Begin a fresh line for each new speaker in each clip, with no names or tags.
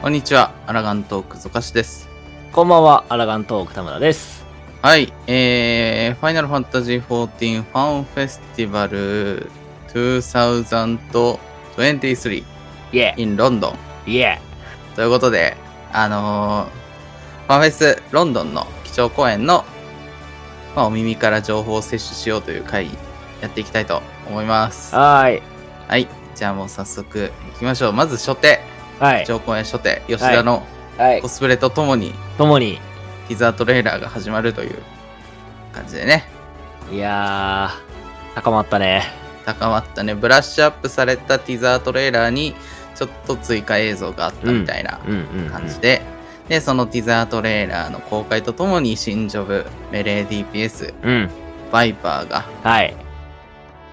こんにちは、アラガントークゾカシです。
こんばんは、アラガントーク田村です。
はい、えー、ファイナルファンタジー14ファンフェスティバル2023
イエ
in ロンドン
イイエ
ということで、あのーファンフェスロンドンの基調公演の、まあ、お耳から情報を摂取しようという回やっていきたいと思います。
ーはーい。
はい、じゃあもう早速行きましょう。まず初手、
は
基
い。
調公演初手、吉田の
はい
コ。スプレとともに
ともに。
ティザートレーラーが始まるという感じでね。
いやー、高まったね。
高まったねブラッシュアップされたティザートレーラーにちょっと追加映像があったみたいな
うんうん、うん。
感じ。で、でそのティザートレーラーの公開とともに新ジョブメレー DPS
うん。
バイパーが
はい。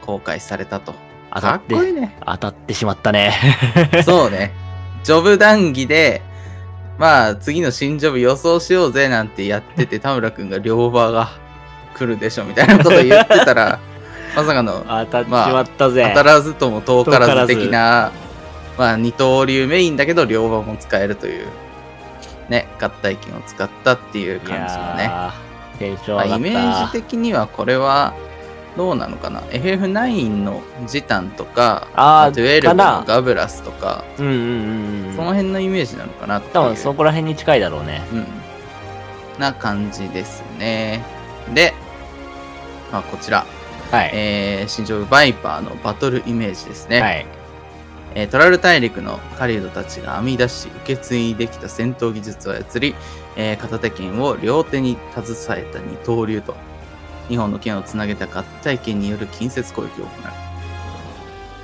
公開されたと
当た
か
っ、
ってこいいね
当たってしまったね。
そうねジョブ談義でまあ次の新ジョブ予想しようぜなんてやってて田村くんが両場が来るでしょみたいなこと言ってたら まさかの
当たってしまったぜ。
当たらずとも遠からず的な、まあ、二刀流メインだけど両方も使えるという、ね、合体金を使ったっていう感じの
い
ね。
やー。テンション
ま
上がっ
あ、
た。
イメージ的にはこれはどうなのかな ?FF9 のジタンとか、
あー
デュエルの
かな
ガブラスとか、
うんうんうんうん。
その辺のイメージなのかなっていう。
多分そこら辺に近いだろうね。
うん。な感じですね。で、まあ、こちら、
はい。
えー、新庄バイパーのバトルイメージですね。
はい。
えートラル大陸の狩人たちが編み出し受け継いできた戦闘技術を操り、えー片手剣を両手に携えた二刀流と2本の剣をつなげた合体剣による近接攻撃を行う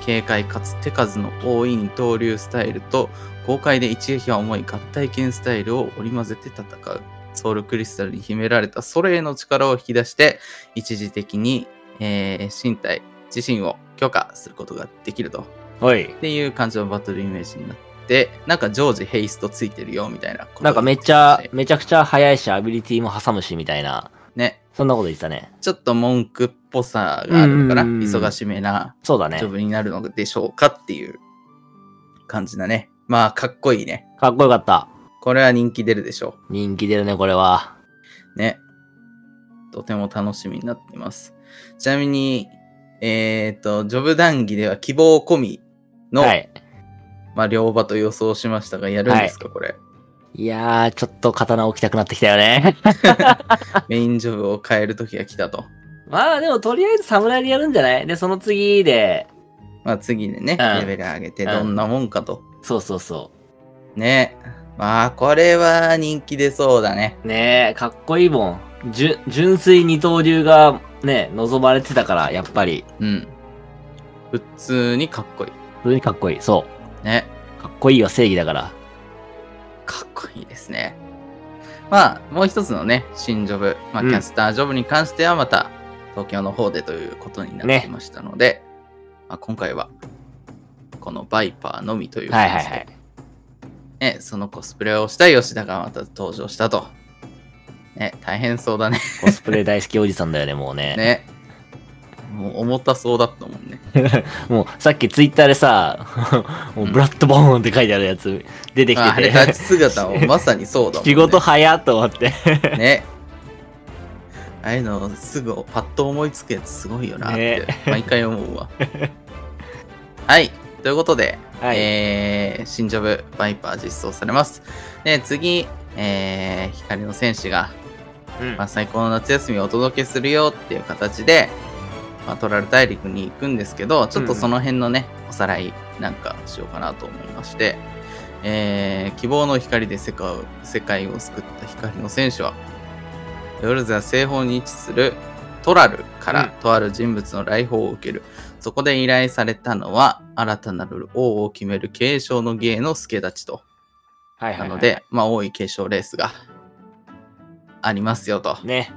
軽快かつ手数の多い二刀流スタイルと豪快で一撃が重い合体剣スタイルを織り交ぜて戦うソウルクリスタルに秘められたソレイの力を引き出して一時的に、えー身体自身を強化することができると
おい
っ。ていう感じのバトルイメージになって、なんか常時ヘイストついてるよみたいなこと
なんかめっち
言
ゃ
って、ま
めちゃくちゃ速いし、アビリティも挟むし、みたいな。
したね。ね。
そんなこと言ってたね。
ちょっと文句っぽさがあるのかな。
うんうんうん
忙しめな
そうだね
ジョ。ブになるのでしょうかっていう感じだね。まあ、かっこいいね。
かっこよかった。
これは人気出るでしょ
人気出るね、これは。
う。ね。とても楽しみになってます。ちなみに、えっ、と、ジョブ談義では希望込みの、
はい。
まあ、両場と予想しましたが、やるんですか、これ。
いやー、ちょっと刀置きたくなってきた よね。
メインジョブを変える時が来たと。
まあでも、とりあえず侍でやるんじゃないで、その次で、
まあ次でね、
うん
レベル上げて
うん
どんなもんかと。
そうそうそ
ね。まあこれは人気出そうだね。
う。ねえ、かっこいいもん。じゅ純粋二刀流がね、望まれてたから、やっぱり。
うん。普通にかっこい
普通にかっこいい。そ
い。ね。
う。かっこいいは正義だから。
かっこいいですね。まあもう一つのね、新ジョブ、まあ
う
キ
ん
ャスタージョブに関してはまた東京の方でということになってましたので、まあ、今回はこのバイパーのみという感
はい
じで、
はいはい。
ね、そのコスプレをした吉田がまた登場したと。ね、大変そうだね。
コスプレ大好きおじさんだよ ね、もうね。
ね。もう重たそうだったもんね。
もう、さっきツイッターでさ、もうブラッドボーンって書いてあるやつ、出てき
ああれ
て
立
て
ち。姿もまさにそうだもん、ね。
仕事早っと思って。
ね。ああいうのすぐパッと思いつくやつすごいよなって
ね
毎回思うわ。はい。ということで、
はい
えー新ジョブバイパー実装されます。で、次、えー光の戦士が、
うん
まあ、最高の夏休みをお届けするよっていう形で、まあ、トラル大陸に行くんですけど、ちょっとその辺のね、おさらいなんかしようかなと思いまして、えー希望の光で世界を世界を救った光の戦士は、ヨルザ西方に位置するトラルからとある人物の来訪を受ける。そこで依頼されたのは、新たなる王を決める継承の芸の助立ちと。
はい
なので、まあ、多い継承レースがありますよと。
ね。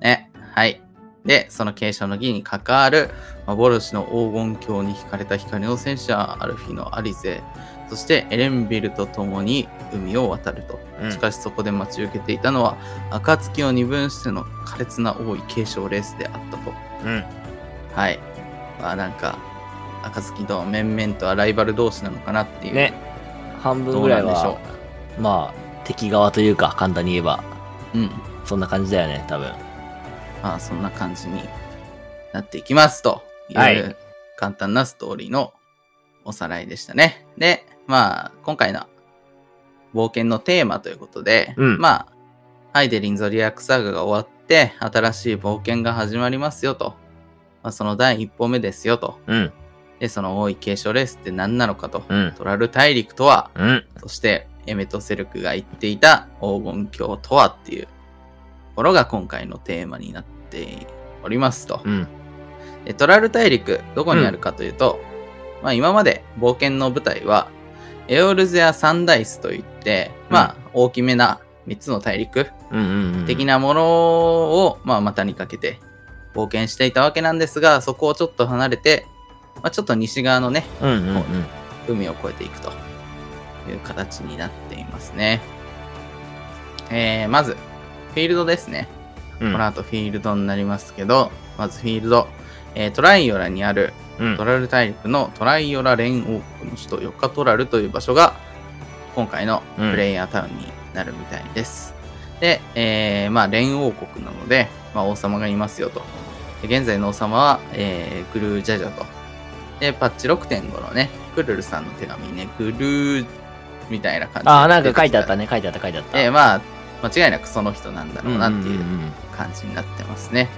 ね。はい。で、その継承の儀に関わる、幻の黄金鏡に惹かれた光の戦士はアルフィのアリゼ、そしてエレンビルと共に海を渡ると。
うん
しかしそこで待ち受けていたのは、暁を二分しての苛烈な王位継承レースであったと。
うん。
はい。まあなんか、暁と面々とはライバル同士なのかなっていう
ね。半分
ど
ぐ
う
ら
ないんでし
は
ょ、
まあ、敵側というか、簡単に言えば、
う。うん。
そんな感じだよね、多分。
まあ、そんな感じになっていきますという、
はい
簡単なストーリーのおさらいでしたね。で、まあ、今回の冒険のテーマということで、
うん
まあ、ハイデリン・ゾリアック・サーガが終わって、新しい冒険が始まりますよと。まあ、その第一歩目ですよと。
うん、
で、その王位継承レースって何なのかと。
うん、
トラル大陸とは、
うん。
そしてエメトセルクが言っていた黄金鏡とはっていうところが今回のテーマになっておりますと。
うん、
でトラル大陸、どこにあるかというと、まあ今まで冒険の舞台は、エオルゼア・サンダイスといって、
うん
まあ大きめな3つの大陸
うん、うん。
的なものを、まあ股にかけて冒険していたわけなんですが、そこをちょっと離れて、まあちょっと西側のね、
うん、うん、うん。
海を越えていくという形になっていますね。えー、まず、フィールドですね。
うん、
この後フィールドになりますけど、まずフィールド、えートライオラにある
うん
トラル大陸のトライオラ連王国の首都ヨカトラルという場所が今回のプレイヤータウンになるみたいです。で、えーまあ連王国なので、まあ、王様がいますよと。で現在の王様は、えーグルージャジャと。で、パッチ6.5のね、クルルさんの手紙にね、グルーみたいな感じで
ああ、なんか書いてあった
ね。
ね、書いてあった、書いてあった。
で、まあ、間違いなくその人なんだろうなっていう
うんうんうん
感じになってますね。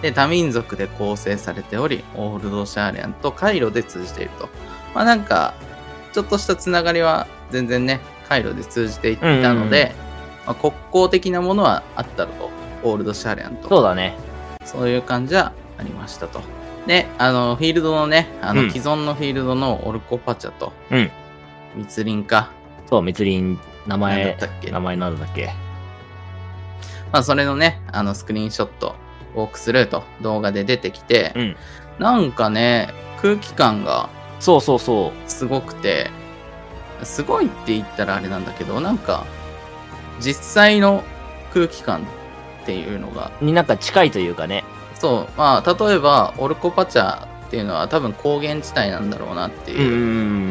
で、多民族で構成されており、オールドシャーレンとカイロで通じていると。まあなんか、ちょっとしたつながりは全然ね、カイロで通じていたので、まあ、国交的なものはあったろうと。オールドシャーレンと。
そうだね。
そういう感じはありましたと。で、あの、フィールドのね、あの、
うん
既存のフィールドのオルコパチャと、
うん
密林か、
そう、密林、
な
名
んだ
前
ったっ、け
名前なんだっけ。
まあ、それのね、あの、スクリーンショット、ウォークスルーと動画で出てきて、
うん。
なんかね、空気感が
そうそうそ
すごくて、すごいって言ったらあれなんだけど、なんか、実際の空気感っていうのが、
う。になんか近いというかね。
そう、まあ、例えば、オルコパチャっていうのは多分高原地帯なんだろうなっていう、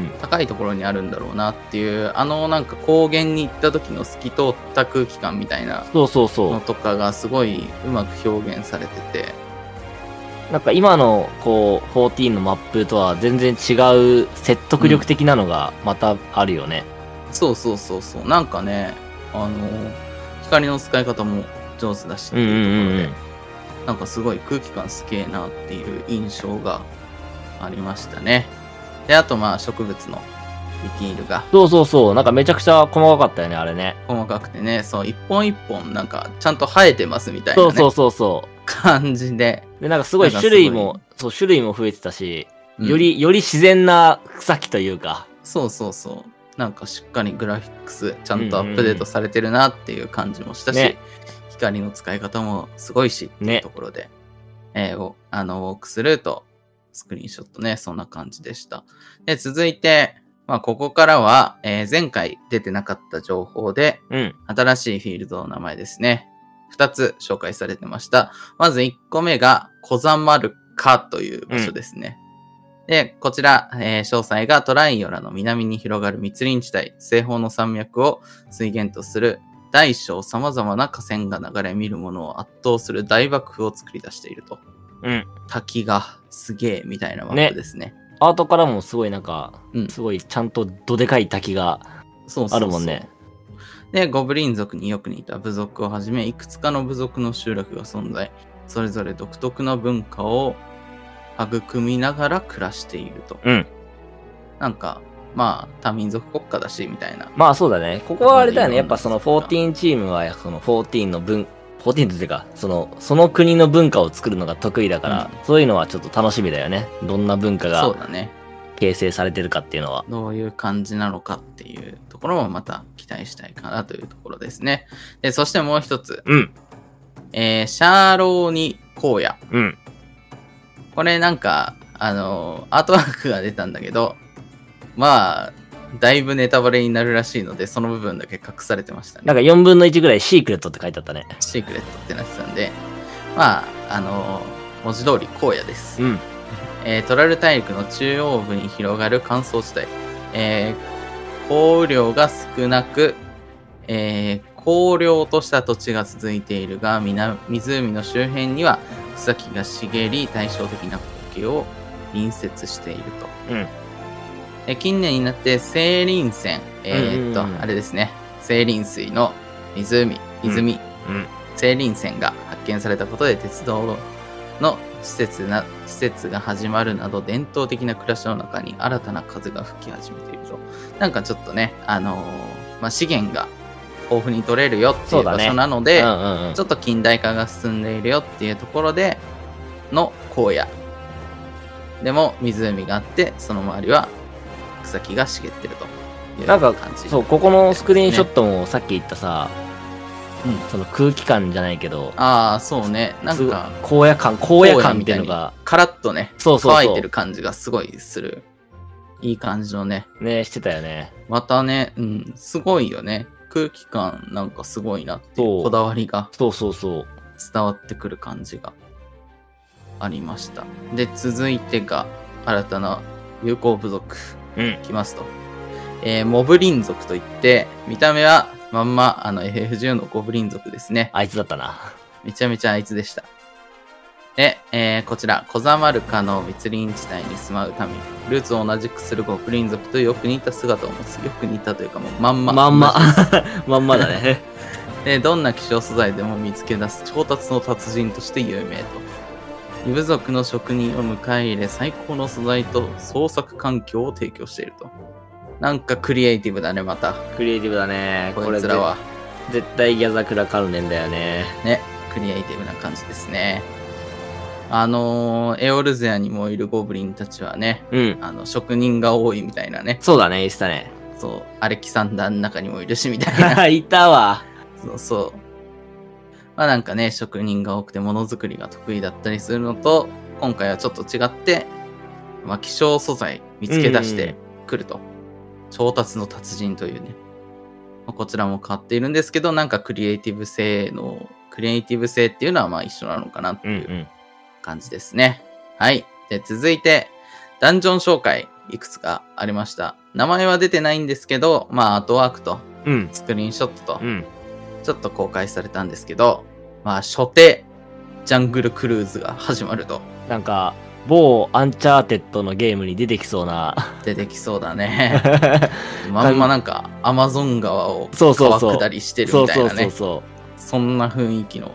ん。
高いところにあるんだろうなっていう、あのなんか高原に行った時の透き通った空気感みたいな
そうそうそ
のとかがすごいうまく表現されてて、
う。なんか今の、こう、14のマップとは全然違う説得力的なのがまたあるよね。
そうそうそうそう。なんかね、あの、光の使い方も上手だしっていうところで、なんかすごい空気感すげえなっていう印象がありましたね。で、あとまあ植物のディティールが
そうそうそう。なんかめちゃくちゃ細かかったよね、あれね。
細かくてね、そう、一本一本なんかちゃんと生えてますみたいな、
そ
ね、
うそうそうそ
感じで、
う。で、なんかすごい
なんかすごい
種類も、そう、種類も増えてたし、
うん
よ、り、より自然な草木というか。
そうそうそう。なんかしっかりグラフィックスちゃんとアップデートされてるなっていう感じもしたし、
ね
光の使い方もすごいしっていう
ね
ところで、えーおあのウォークスルーとスクリーンショットね、そんな感じでした。で、続いて、まあ、ここからは、えー前回出てなかった情報で、
うん。
新しいフィールドの名前ですね。2つ紹介されてました。まず1個目が、コザマルカという場所ですね。で、こちら、えー詳細がトライオラの南に広がる密林地帯、西方の山脈を水源とする大小様々な河川が流れ見るものを圧倒する大爆風を作り出していると。
うん。
滝がすげえみたいなマップですね。
アートからもすごいなんか、
うん
すごいちゃんとどでかい滝が
そうそうそう
あるもんね。。
で、ゴブリン族によく似た部族をはじめ、いくつかの部族の集落が存在、それぞれ独特な文化を育みながら暮らしていると。
うん。
なんか、まあ、多民族国家だし、みたいな。
まあそうだね。ここはあれだよね。
いろ
や
ん
っ
な
ぱその14チームは、その14の文、14っていうか、その、その国の文化を作るのが得意だから、そういうのはちょっと楽しみだよね。どんな文化
そう
が
だね。
形成されてるかっていうのは。
どういう感じなのかっていうところもまた期待したいかなというところですね。で、そしてもう一つ、
うん、
えーシャーローニ荒野。
うん、
これなんか、あのーアートワークが出たんだけど、まあ、だいぶネタバレになるらしいので、その部分だけ隠されてました
なん
ね。
か4分の1ぐらいシークレットって書いてあったね。
シークレットってなってたんで、まあ、あのー文字通り荒野です。
うん、
えートラル大陸の中央部に広がる乾燥地帯、えー降雨量が少なく、えー荒涼とした土地が続いているが、南湖の周辺には草木が茂り、対照的な光景を隣接していると。
うん
え近年になって清林泉、えーっと、
うんうんうん
あれですね、清林水の湖、泉、
うん。
清林泉が発見されたことで鉄道の施設な施設が始まるなど伝統的な暮らしの中に新たな風が吹き始めているとなんかちょっとね、あのーまあ、資源が豊富に取れるよってい
そううだ
場
ね
所なので、
うんうんうん
ちょっと近代化が進んでいるよっていうところでの荒野でも湖があってその周りは草木が茂ってるという
なんか
感じ
そう、ここのスクリーンショットもさっき言ったさ、
うん
その空気感じゃないけど、
ああそうねなんか
すごい荒野感、荒野感みたいなのが、
カラッとね
そうそうそう
乾いてる感じがすごいする。いい感じのね。
ね、してたよね。
またね、うん、すごいよね。空気感なんかすごいなってい
そうう
こだわりが
そうそうそう。
伝わってくる感じがありました。で、続いてが新たな有効部族
うん。
きますと。えーモブリン族といって、見た目はまんまあの FF10 のゴブリン族ですね。
あいつだったな。
めちゃめちゃあいつでした。で、えーこちら、コザマルカの密林地帯に住まうため、ルーツを同じくするゴブリン族とよく似た姿を持つ。よく似たというか、もうまんま。
まんま。、 まんまだね。
で、どんな希少素材でも見つけ出す調達の達人として有名と。異部族の職人を迎え入れ、最高の素材と創作環境を提供していると。なんかクリエイティブだね、また。
クリエイティブだね。
こいつらは。
ぜ絶対ギャザクラ関連だよね。
ね、クリエイティブな感じですね。あのーエオルゼアにもいるゴブリンたちはね、
うん。
あの、職人が多いみたいなね。
そうだね、言ってた ね。
そう、アレキサンダーの中にもいるし、みたいな。
いたわ。
そうそう。まあなんかね、職人が多くてものづくりが得意だったりするのと、今回はちょっと違って、まあ希少素材見つけ出してくると。調達の達人というね。まあこちらも変わっているんですけど、なんかクリエイティブ性の、クリエイティブ性っていうのはまあ一緒なのかなって
うんう。
いうん感じですね。はい。で、続いて、ダンジョン紹介、いくつかありました。名前は出てないんですけど、まあ、アートワークと、
うん。
スクリーンショットと
う、ん。
ちょっと公開されたんですけど、まあ、初手、ジャングルクルーズが始まると、
なんか、某アンチャーテッドのゲームに出てきそうな。
出てきそうだ ね。まんまなんか、アマゾン川を
そうそう
川
そう
下りしてる
そ
み
う
たい
そう
な
そう
ね。
そ
そんな雰囲気の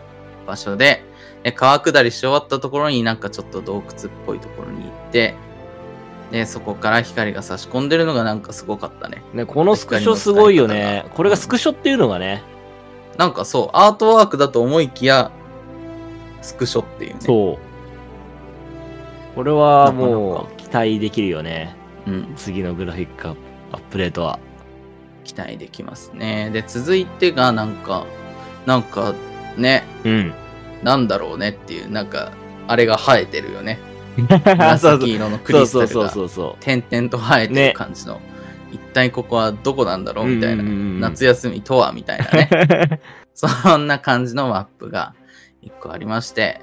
場所で、え川下りし終わったところになんかちょっと洞窟っぽいところに行って、で、そこから光が差し込んでるのがなんかすごかったね。
う。ね、このスクショすごいよね。これがスクショっていうのがね。
なんかそう、アートワークだと思いきや、スクショっていうね。う。
そう。これ
な
は
か
もう期待できるよね。
ん、
次のグラフィックアップデートは。
期待できますね。で、続いてがなんか、なんかね、
うん。
なんだろうねっていう、なんか、あれが生えてるよね。
そう そう
紫色のクリス
そ
タ
う
ル
そう
が
そうそ
点々と生えて
ね
る感じの、一体ここはどこなんだろうみたいな、
うんうんうんうん
夏休みとはみたいなね そんな感じのマップが一個ありまして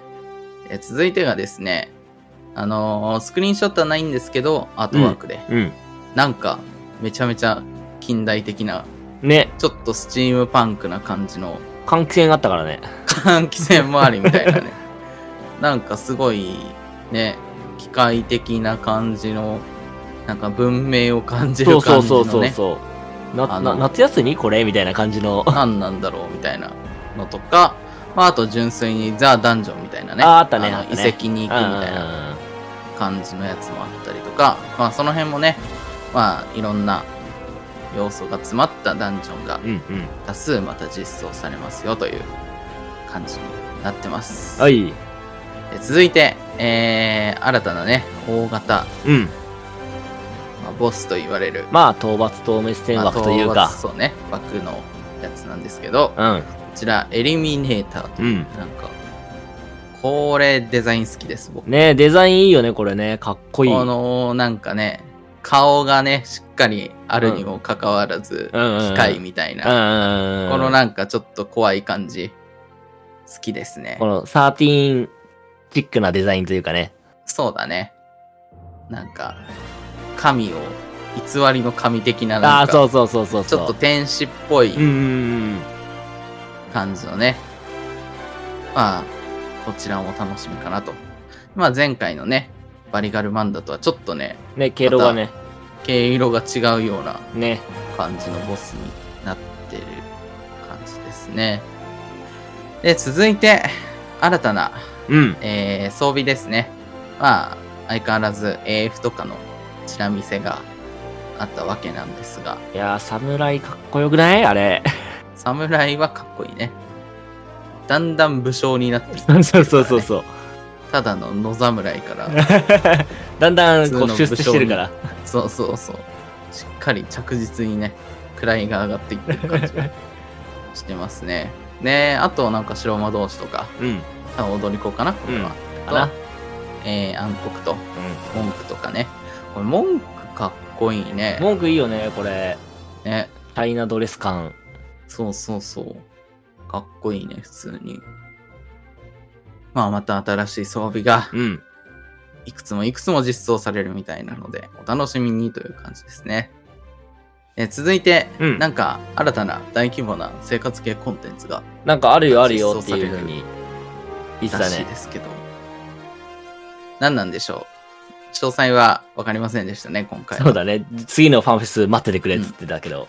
え続いてがですねあのースクリーンショットはないんですけどアートワークで、
う。うん。
なんかめちゃめちゃ近代的な
ね。
ちょっとスチームパンクな感じの
換気扇があったからね。
換気扇周りみたいな ねなんかすごいね機械的な感じのなんか文明を感じ
そ
る
うそ
感
う
じ
そう
の
そう
ね
そう。
あの
な、な、夏休みこれみたいな感じ の。
何なんだろうみたいなのとか、まあ、あと純粋にザ・ダンジョンみたいなね
ああったね
の
あった
遺
ね
跡に行くみ
うん
たいな感じのやつもあったりとか、まあ、その辺もね、まあ、いろんな要素が詰まったダンジョンが
うんうんうん。
多数また実装されますよという感じになってます。
はい。
で続いて、えー、新たなね、大型、
うん。
まあ、ボスと言われる、
まあ、討伐討滅戦
まあ
枠というか
討伐。そうね、枠のやつなんですけど、こ
うん。
ちら、エリミネーターという
うん。
なんか、これデザイン好きです、僕。
ねデザインいいよね、これね。かっこいい。
この、なんかね、顔がね、しっかりあるにもかかわらず、
うんうんうん
機械みたい
うんう
な、
んうんうん。
このなんかちょっと怖い感じ、好きですね
こ。の13チックなデザインというかね。
そうだね。なんか、神を偽りの神的な
あ
な
あ、
んか
そうそうそうそう
ち
そう。
ょっと天使っぽい
うんうん
感じのね、まあ、こちらも楽しみかなと。まあ前回のね、バリガルマンダとはちょっとね、
うん。ね、毛色がね、
毛色が違うような
ね。
感じのボスになってる感じですね。で、続いて、新たな、
うん。
えー装備ですね。まあ、相変わらず AF とかのチラ見せがあったわけなんですが、
いやー、侍かっこよくないあれ。
侍はかっこいいね。だんだん武将になってきて、
そうそうそうそう。
ただの野侍から、
だんだんこ
普通
う
の
出世してるから。
そうそうそう。しっかり着実にね、位が上がっていってる感じがしてますね。ねあとなんか白魔同士とか、
うん。
多分踊り子かなこれは。
かな。
と、えー暗黒と文句とかね。これ文句かっこいいね
うん。。文句いいよね、これ。
ね。
チャイナドレス感。
そうそうそう。かっこいいね、普通に。まあ、また新しい装備が
うん。
いくつもいくつも実装されるみたいなので、お楽しみにという感じですね。えー続いて、
うん
なんか新たな大規模な生活系コンテンツが
なんかあるよあるよっていうふうに言って
ら
た
しい
ね。
ですけど、何なんでしょう詳細は分かりませんでしたね、今回は
そうだね。次のファンフェス待っててくれっつってたけど。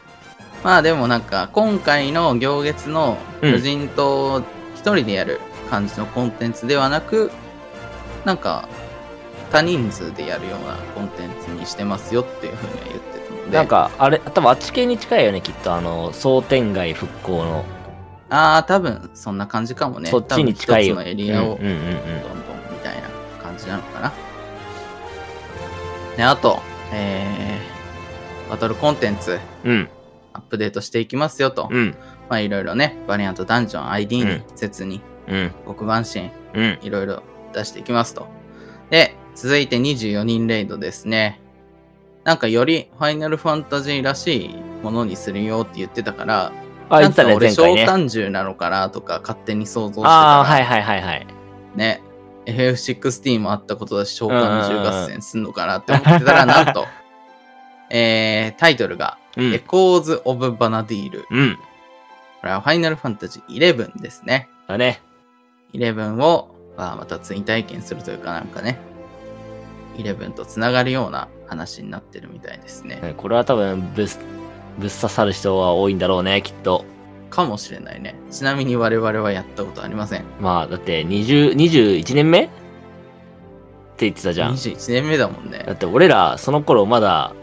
まあでもなんか今回の行月の
うん
無人島一人でやる感じのコンテンツではなく、なんか多人数でやるようなコンテンツにしてますよっていうふうには言ってたので
なんか、あれ、多分あっち系に近いよね、きっと。あの、商店街復興の。
ああ多分そんな感じかもね
そっちに近い
多
よ。
分一つのエリアを
う
ど
ん
ん
うんう
どん
ん
みたいな感じなのかな、であとえー、バトルコンテンツ
うん。うん。
アップデートしていきますよと、
うん。
まあいろいろねバリアントダンジョン ID
う
に
ん
説に
うん。
黒板支援
うん。
いろいろ出していきますと。で、続いて24人レイドですね。なんかよりファイナルファンタジーらしいものにするよって言ってたから、
あ、言
な
っ
ん
てた
か
ね、
俺
前
小
回ね。
単獣なのかなとか勝手に想像してた
ああ、は
ら
いはいはいはい。
ね、FF16 もあったことだし、小単獣合戦すんのかなって思ってたら、
うんうんうん
なん と、えー、タイトルが、
う
エ
ん。
コーズ・オブ・バナディール。こ
うん。
れはファイナルファンタジー11ですね。
だね。
11を、まあ、また追体験するというかなんかね、11とつながるような話になってるみたいですね。
うんこれは多分、ぶっ、ぶっ刺さる人は多いんだろうね、きっと。
かもしれないね。ちなみに我々はやったことありません。
まあ、だって、20、21年目って言ってたじゃん。
21年目だもん
だ
ね
っ。て俺ら、その頃まだ、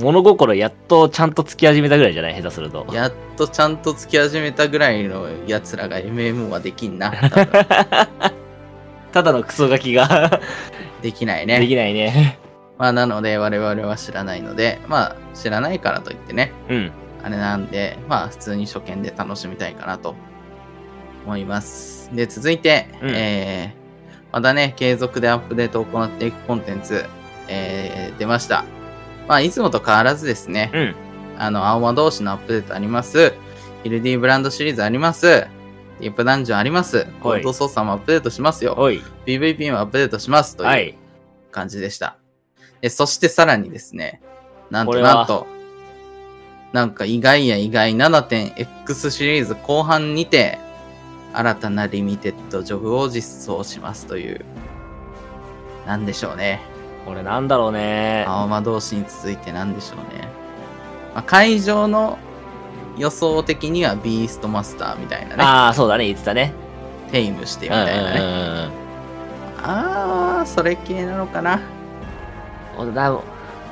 物心やっとちゃんと付き始めたぐらいじゃない下手すると。
やっとちゃんと付き始めたぐらいのやつらが MMO はできんな。多分
ただのクソガキが
できない
で
ね。
きないね。
まあなので我々は知らないので、まあ知らないからといってね、
うん。
あれなんで、まあ普通に初見で楽しみたいかなと思います。で、続いて、
うん
えー、またね、継続でアップデートを行っていくコンテンツ、えー、出ました。まあ、いつもと変わらずですね、
うん。
あの、青魔同士のアップデートあります。ヒルディブランドシリーズあります。ディープダンジョンあります。コード操作もアップデートしますよ。
おい。
PVP もアップデートします。と
は
いう
い。
感じでした。でそしてさらにですね、なん
ことれは
なんと、なんか意外や意外 7.x シリーズ後半にて、新たなリミテッドジョブを実装しますという、なんでしょうね。
これなんだろうね。
青魔同士に続いてなんでしょうね。まあ、会場の予想的にはビーストマスターみたいなね、
ああ、そうだね、言ってたね。
テイムして
う
み
んうんう
たいなね。
ん
あー、それ系なのかな。
うん。おだも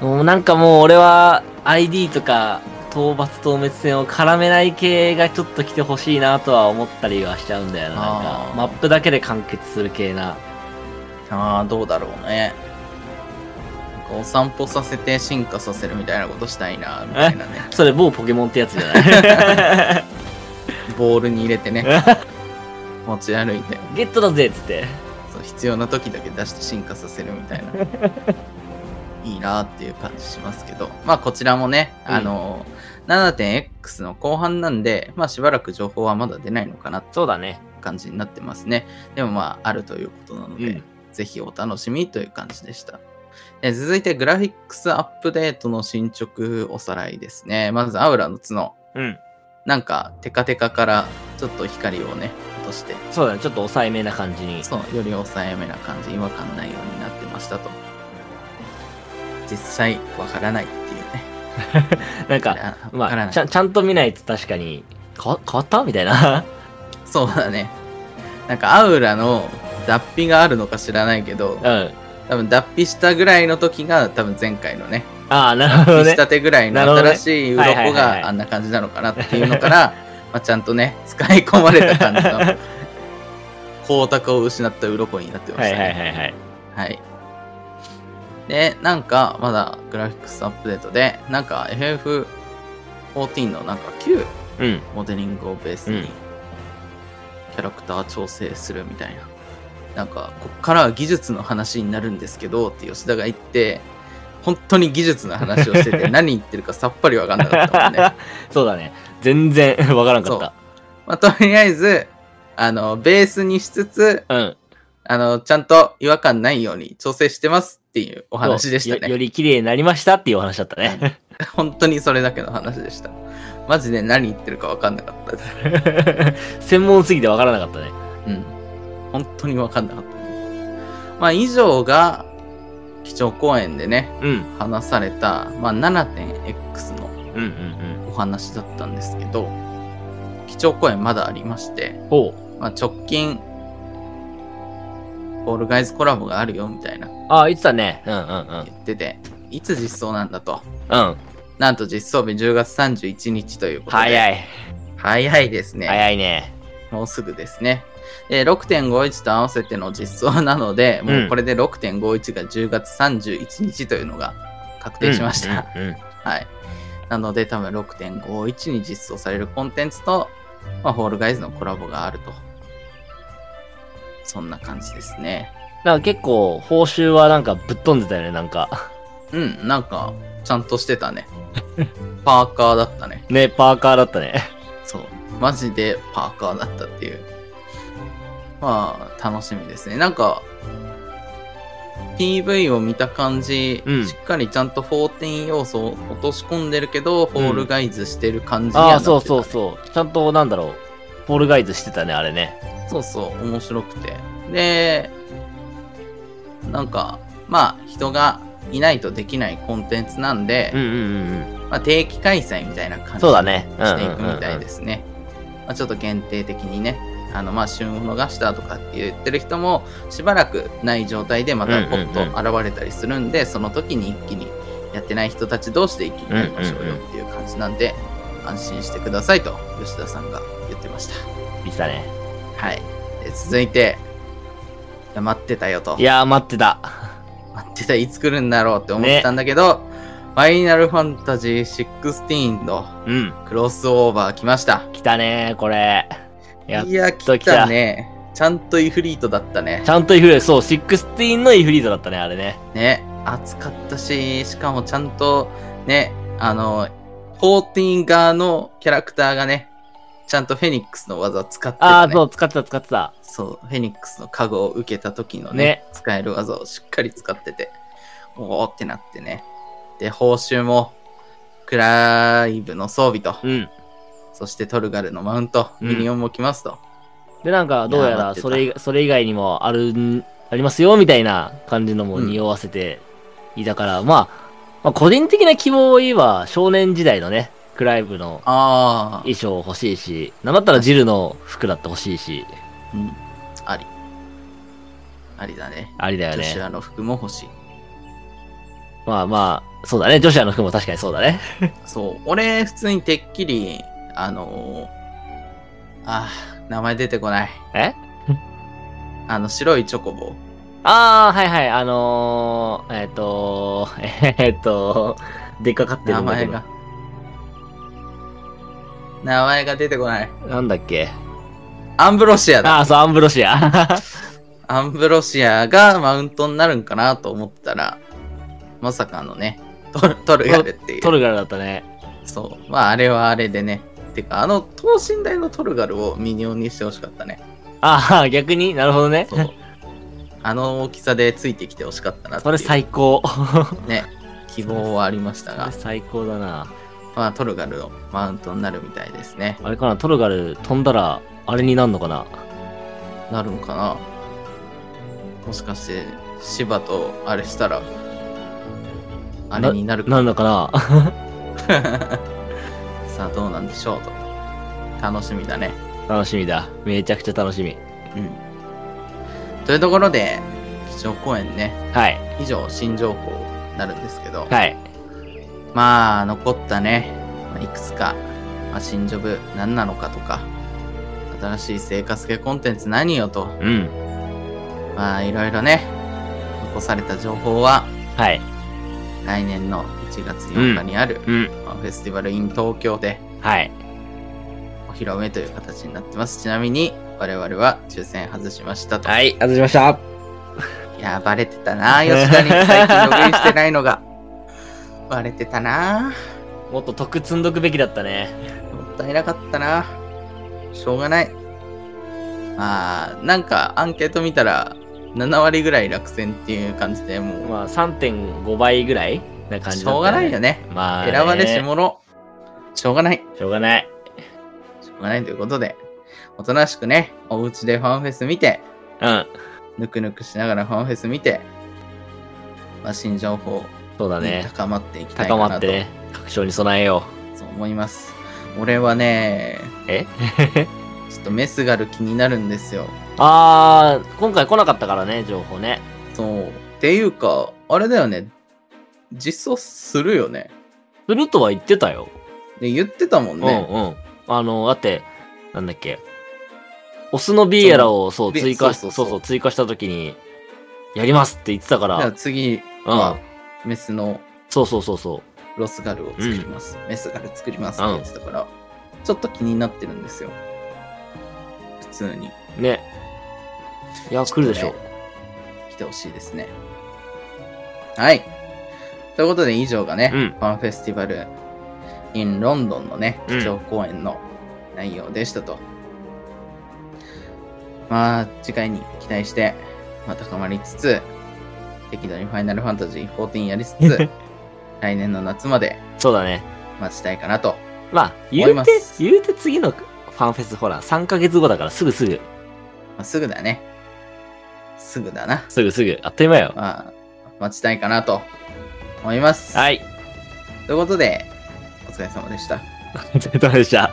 うなんかもう俺は ID とか討伐討滅戦を絡めない系がちょっと来てほしいなとは思ったりはしちゃうんだよな。な
あ
んか
ー
マップだけで完結する系な。
ああどうだろうねなんかお散歩させて進化させるみたいなことしたいなみたいなね
それ某ポケモンってやつじゃない
ボールに入れてね持ち歩いて
ゲットだぜっつって。
そう必要な時だけ出して進化させるみ たいないいなっていう感じしますけどまあこちらもね、
うん
あの 7.x の後半なんでまあしばらく情報はまだ出ないのかなって
そうだね。
感じになってますねでもまああるということなので、
うん
ぜひお楽しみという感じでした。えー続いてグラフィックスアップデートの進捗おさらいですね。まずアウラの角。
うん。
なんかテカテカからちょっと光をね、落として、
そうだね。ちょっと抑えめな感じに。
そう、より抑えめな感じ、違和感ないようになってましたと。実際わからないっていうね。
なん
わか
か、
ら
ま
ない
あ、ち。ゃんちゃんと見ないと確かに、変わ変わったみたいな。
そうだね。なんかアウラの脱皮があるのか知らないけど、
うん。
多分脱皮したぐらいの時が多分前回のね、
ああ、なるほど
脱皮
ね
し。たてぐらいの
なるほどね
新しい鱗
はいはいはいはい
があんな感じなのかなっていうの から、まあちゃんとね、使い込まれた感じの光沢を失った鱗になってま
は
し
い
た
はい
ね。
はいは
は
い。
い。で、なんか、まだグラフィックスアップデートで、なんか FF14 のなんか旧
うん。
モデリングをベース
うん
にキャラクター調整するみたいな。なんか、こっからは技術の話になるんですけどって吉田が言って、本当に技術の話をして て何言ってるかさっぱりわかんなかったもんね。
そうだね。全然 わからんかっ
まあ、とりあえず、あの、ベースにしつつ、
た。うん。
あの、ちゃんと違和感ないように調整してますっていうお
お
話でしたね
よ。より綺麗になりましたっていうお話だっ たね。
本当にそれだけの話でした。マジで何言ってるか分かんなかったです。
専門すぎてわからなかったね。
うん。本当に分かんなかった。まあ以上が、基調講演でね、
うん。
話された、まあ 7.x の
うんうんうん。
お話だったんですけど、基調講演まだありまして、
ほう。
まあ直近、オールガイズコラボがあるよみたいな
ああ、言ってたね。うんうんうん
言。ってて、いつ実装なんだと。
うん。
なんと実装日10月31日ということで。
早
い。
い。
早いですね。
早いね。
もうすぐですね。で6.51と合わせての実装なので、
うん
もうこれで6.51が10月31日というのが確定しました。
うんうんうん。
はい。なので、多分6.51に実装されるコンテンツと、まあ、ホールガイズのコラボがあると。そんな感じですね。
なんか結構、報酬はなんかぶっ飛んでたよね、なんか。
うん、なんか、ちゃんとしてた ね。パーカーだったね。
ね、パーカーだったね。
そう。マジでパーカーだったっていう。まあ、楽しみですね。なんか、PV を見た感じ、
うん
しっかりちゃんと14要素を落とし込んでるけど、フォールガイズしてる感じには
あ
な
あ、
ってた、
そうそうそう。ちゃんと、なんだろう。ポールガイズしてたね、あれね。
そうそう、面白くて。で、なんか、まあ、人がいないとできないコンテンツなんで、
うんうんうん
まあ、定期開催みたいな
う
感
ん。
じ
そう
に
だね。うん
していく
うんうんうん
みたいですね。まあ、ちょっと限定的にね、あのまあ旬を逃したとかって言ってる人もしばらくない状態でまたポッと
うんうん
現れたりするんで、その時に一気にやってない人たち同士で一気にやりましょうよっていう感じなんで、安心してくださいと吉田さんが言ってました。
見てたね。
はい。で続いて、いや待ってたよと
い。やー、待ってた。
待ってた、いつ来るんだろうって思ってたんだけど、ファイナルファンタジー16の
うん。
クロスオーバー来ました。
来たねー、これ。やっ
いや、来
と来た
たね。ちゃんとイフリートだったね
ち。ゃんとイフリート、そう、16のイフリートだったね、あれね。
ね、暑かったし、しかもちゃんと、ね、あの、14側のキャラクターがね、ちゃんとフェニックスの技を使って
あ
た、
あ、
ね。
そう、使ってた、使ってた。
そう、フェニックスの加護を受けた時のね、
ね
使える技をしっかり使ってて、おーってなってね。で、報酬も、クライブの装備と、
うん。
そしてトルガルのマウント、
うん
ミニオンも来ますと。
で、なんか、どうや
いやー待っ
ら、
てた
それ以外、それ以外にもあるん、ありますよ、みたいな感じのも
うん
匂わせていたから、まあ、まあ、個人的な希望を言えば、少年時代のね、クライブの
ああ、
衣装欲しいし、なんだったらジルの服だって欲しいし、
うん、あり。ありだね。
ありだよ
女子
ね。
らの服も欲しい。
まあまあ、そうだね。女子らの服も確かにそうだね。
そう。俺、普通にてっきり、あのーあー名前出てこない。
え
あの、白いチョコボ。
ああ、はいはい、あのー、えっ、と えっ、とでっかかってる
名
んだけ
前
ど
が。名前が出てこない。
なんだっけ
アンブロシア
あ
だ。
あ、そう、アンブロシア。
アンブロシアがマウントになるんかなと思ったら、まさかのね、トルトルガルってい
ト
う。
ルガルだったね。
そう。まあ、あれはあれでね。てか、あの、等身大のトルガルをミニオンにしてほしかったね。
ああ、逆になるほどね。
そう。あの大きさでついてきてほしかったなって
そ
い
れ
う
最高。
ね希望はありました
それ
が、
最高だな。
まあ、トルガルのマウントになるみたいですね
あれかな、トルガル飛んだら、あれになるのかな。
なるのかなもしかして芝とあれしたらあれになるか
なるのかな。
さあどうなんでしょうと楽しみだね
楽しみだ。めちゃくちゃ楽しみ。
うんというところで基調公演ね
はい。
以上新情報になるんですけど、
はい。
まあ残ったね、まあいくつか、まあ、新ジョブ何なのかとか新しい生活系コンテンツ何よと
うん。
まあいろいろね残された情報は
はい。
来年の1月4日にある、
うん。
まあフェスティバル in 東京で
はい。
お披露目という形になってますちなみに我々は抽選外しましたと、
い。外しました。
いやバレてたな吉田に最近ログインしてないのがバレてたな
もっと得積んどくべきだったね。
もったいなかったな。しょうがない。まあ、なんかアンケート見たら、7割ぐらい落選っていう感じで、も
まあ、3.5倍ぐらいな
う、
感じ
し
だった、ね。
ょうがないよ。ね。
まあ、
選ばれし。者。しょうがない。
しょうがない。
しょうがないということで、おとなしくね、お家でファンフェス見て、
うん。
ぬくぬくしながらファンフェス見て、まあ、新情報
そうだ
に
ね。
高まっていきたい
高
か
ま
な
っ
と
てね、確証に備えよ
そう思います。俺はね、
う。え
ちょっとメスガル気になるんですよ。
あー、今回来なかったからね、情報ね。
そう。っていうか、あれだよね。実装するよね。
するとは言ってたよ。
で言ってたもんね。
うんうん。あの、だって、なんだっけ。オスのビエラをそう
ビ
追加し、そ
そうう
そ
そううそう
追加した時に、やりますって言ってたか
じゃあ
ら、
次
うん
は、。メスの
そうそうそうそう。
ロスガルを作ります。メスガル作りますって言ってたから、ちょっと気になってるんですよ。普通に
ね。いや、来るでしょ。
来てほしいですね。はい。ということで以上がね、
うん
ファンフェスティバル in ロンドンのね、
うん
基調講演の内容でしたと。まあ、次回に期待して、まあ、高まりつつ、適度にファイナルファンタジー14やりつ つ、来年の夏まで
そうだね。
待ちたいかなと。
まあ、
思
言
いうま
て
す、
言うて次のファンフェスほら、3ヶ月後だからすぐすぐ、
まあ、すぐだね。すぐだな。
すぐすぐ、あっという間よ。
まあ、待ちたいかなと思います。
はい。
ということで、お疲れ様でした。
お疲れ様でした。